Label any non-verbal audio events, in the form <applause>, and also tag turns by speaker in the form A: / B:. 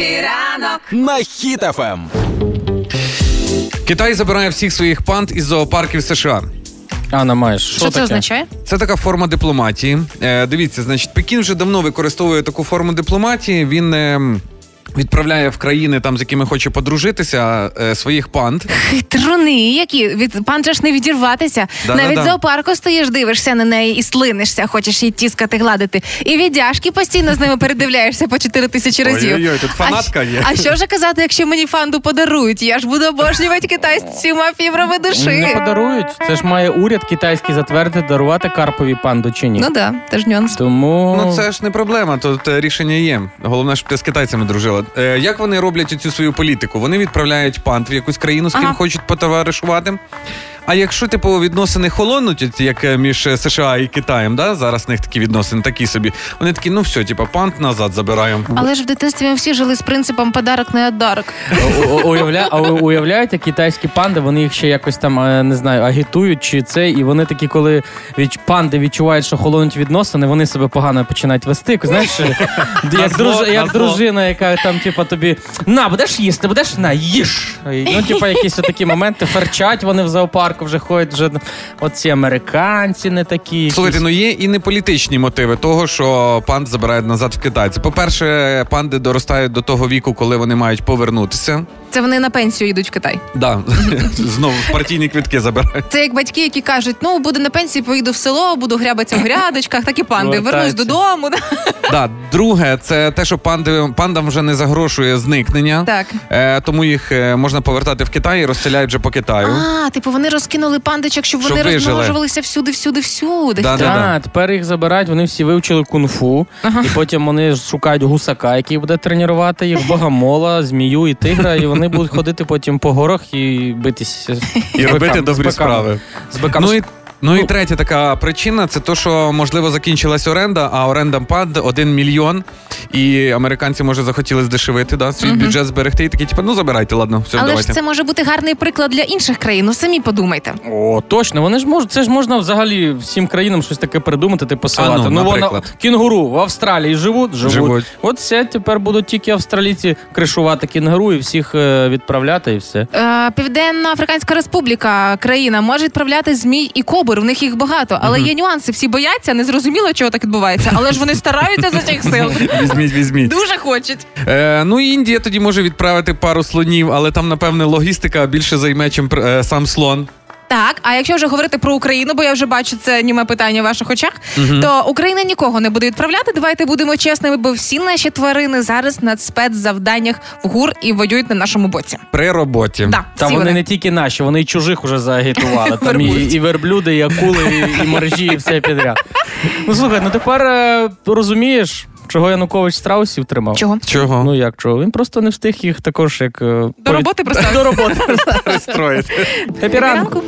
A: ранок.
B: на Хіт-ФМ.
C: Китай забирає всіх своїх панд із зоопарків США.
D: Анна, маєш. Що,
E: Що
D: таке?
E: це означає?
C: Це така форма дипломатії. Е, дивіться, значить, Пекін вже давно використовує таку форму дипломатії. Він е, відправляє в країни, там з якими хоче подружитися, е, своїх панд.
E: Хитруни, які від панчеш не відірватися.
C: Да-да-да.
E: Навіть в зоопарку стоїш, дивишся на неї і слинишся, хочеш її тіскати, гладити. І віддяшки постійно з ними передивляєшся по чотири тисячі разів.
C: Ой-ой-ой, тут фанатка
E: а, щ-
C: є.
E: А що ж казати, якщо мені фанду подарують? Я ж буду обожнювати Китай з всіма фібрами
D: Не
E: душі.
D: подарують. Це ж має уряд китайський затвердити, дарувати Карпові панду чи ні.
E: Ну да, теж нюанс.
D: Тому
C: Ну це ж не проблема. Тут е, рішення є. Головне, щоб ти з китайцями дружила. Е, як вони роблять цю свою політику? Вони відправляють панд в якусь країну, з ким
E: Ага.
C: хочуть потоваришувати. А якщо типу відносини холонуть, от як е, між е, США і Китаєм, да? зараз в них такі відносини, такі собі. Вони такі, ну все, типу, панд назад забираємо.
E: Але ж в дитинстві ми всі жили з принципом подарок не отдарок.
D: у- у- уявля... а у- уявляють, як китайські панди, вони їх ще якось там е, не знаю, агітують чи це, і вони такі, коли від... панди відчувають, що холонуть відносини, вони себе погано починають вести.
C: <laughs>
D: Знаєш, е, як,
C: Назло,
D: друж... як
C: назло.
D: дружина, яка там, типа, тобі на, будеш їсти, будеш на, їж. І, Ну, типа, якісь такі моменти, ферчать вони в зоопарку вже ходять, вже оці американці не такі. якісь.
C: Слухайте, ну є і неполітичні мотиви того, що панд забирають назад в Китай. Це, по-перше, панди доростають до того віку, коли вони мають повернутися.
E: Це вони на пенсію йдуть в Китай.
C: Да, <laughs> знову партійні квітки забирають.
E: Це як батьки, які кажуть: ну буду на пенсії, поїду в село, буду грябатися в грядочках, так і панди. Вернусь
D: Повертаються.
E: додому.
C: Да, друге, це те, що панди пандам вже не загрошує зникнення.
E: Так.
C: Е, тому їх е, можна повертати в Китай і розселяють вже по Китаю.
E: А, типу, вони розкинули пандочок, щоб
C: Щоб
E: вони
C: вижили.
E: розмножувалися всюди, всюди, всюди.
C: Да, да.
D: Так, тепер їх забирають, вони всі вивчили кунг-фу, і потім вони ж шукають гусака, який буде тренувати їх, богомола, змію і тигра, і вони будуть ходити потім по горах і битись.
C: І робити добрі справи.
D: З биками.
C: Ну і, ну і третя така причина це то, що можливо закінчилась оренда, а оренда пад 1 мільйон. І американці, може, захотіли здешевити, да, свій бюджет зберегти і такі, типу, ну забирайте, ладно, все,
E: Але
C: давайте.
E: ж це може бути гарний приклад для інших країн. Ну самі подумайте.
D: О, точно, вони ж можуть, це ж можна взагалі всім країнам щось таке придумати, типу посилати.
C: А ну,
D: вона-
C: наприклад.
D: кінгуру в Австралії живуть, живуть.
C: Живуть.
D: От все, тепер будуть тільки австралійці кришувати кінгуру і всіх е, відправляти, і все.
E: Е, Південна Африканська Республіка країна може відправляти змій і кобур. В них їх багато, але є нюанси. Всі бояться, не зрозуміло, чого так відбувається. Але ж вони стараються з усіх сил.
C: <laughs> Візьміть, візьміть.
E: Дуже хочуть.
C: Е, ну і Індія тоді може відправити пару слонів, але там, напевне, логістика більше займе, чим пр- е, сам слон.
E: Так, а якщо вже говорити про Україну, бо я вже бачу це німе питання в ваших очах, то Україна нікого не буде відправляти. Давайте будемо чесними, бо всі наші тварини зараз на спецзавданнях в гур і воюють на нашому боці.
C: При роботі.
E: Да,
D: Та
E: всі
D: вони,
E: вони.
D: не тільки наші, вони і чужих уже заагітували. Там і,
E: Вербують.
D: і верблюди, і акули, і, і моржі, і все підряд. Ну слухай, ну тепер е, розумієш, чого Янукович страусів тримав?
E: Чого?
C: Чого?
D: Ну як чого? Він просто не встиг їх також як. е, До
E: роботи приставити.
D: До роботи.
C: Строїть.
D: Хепі ранку.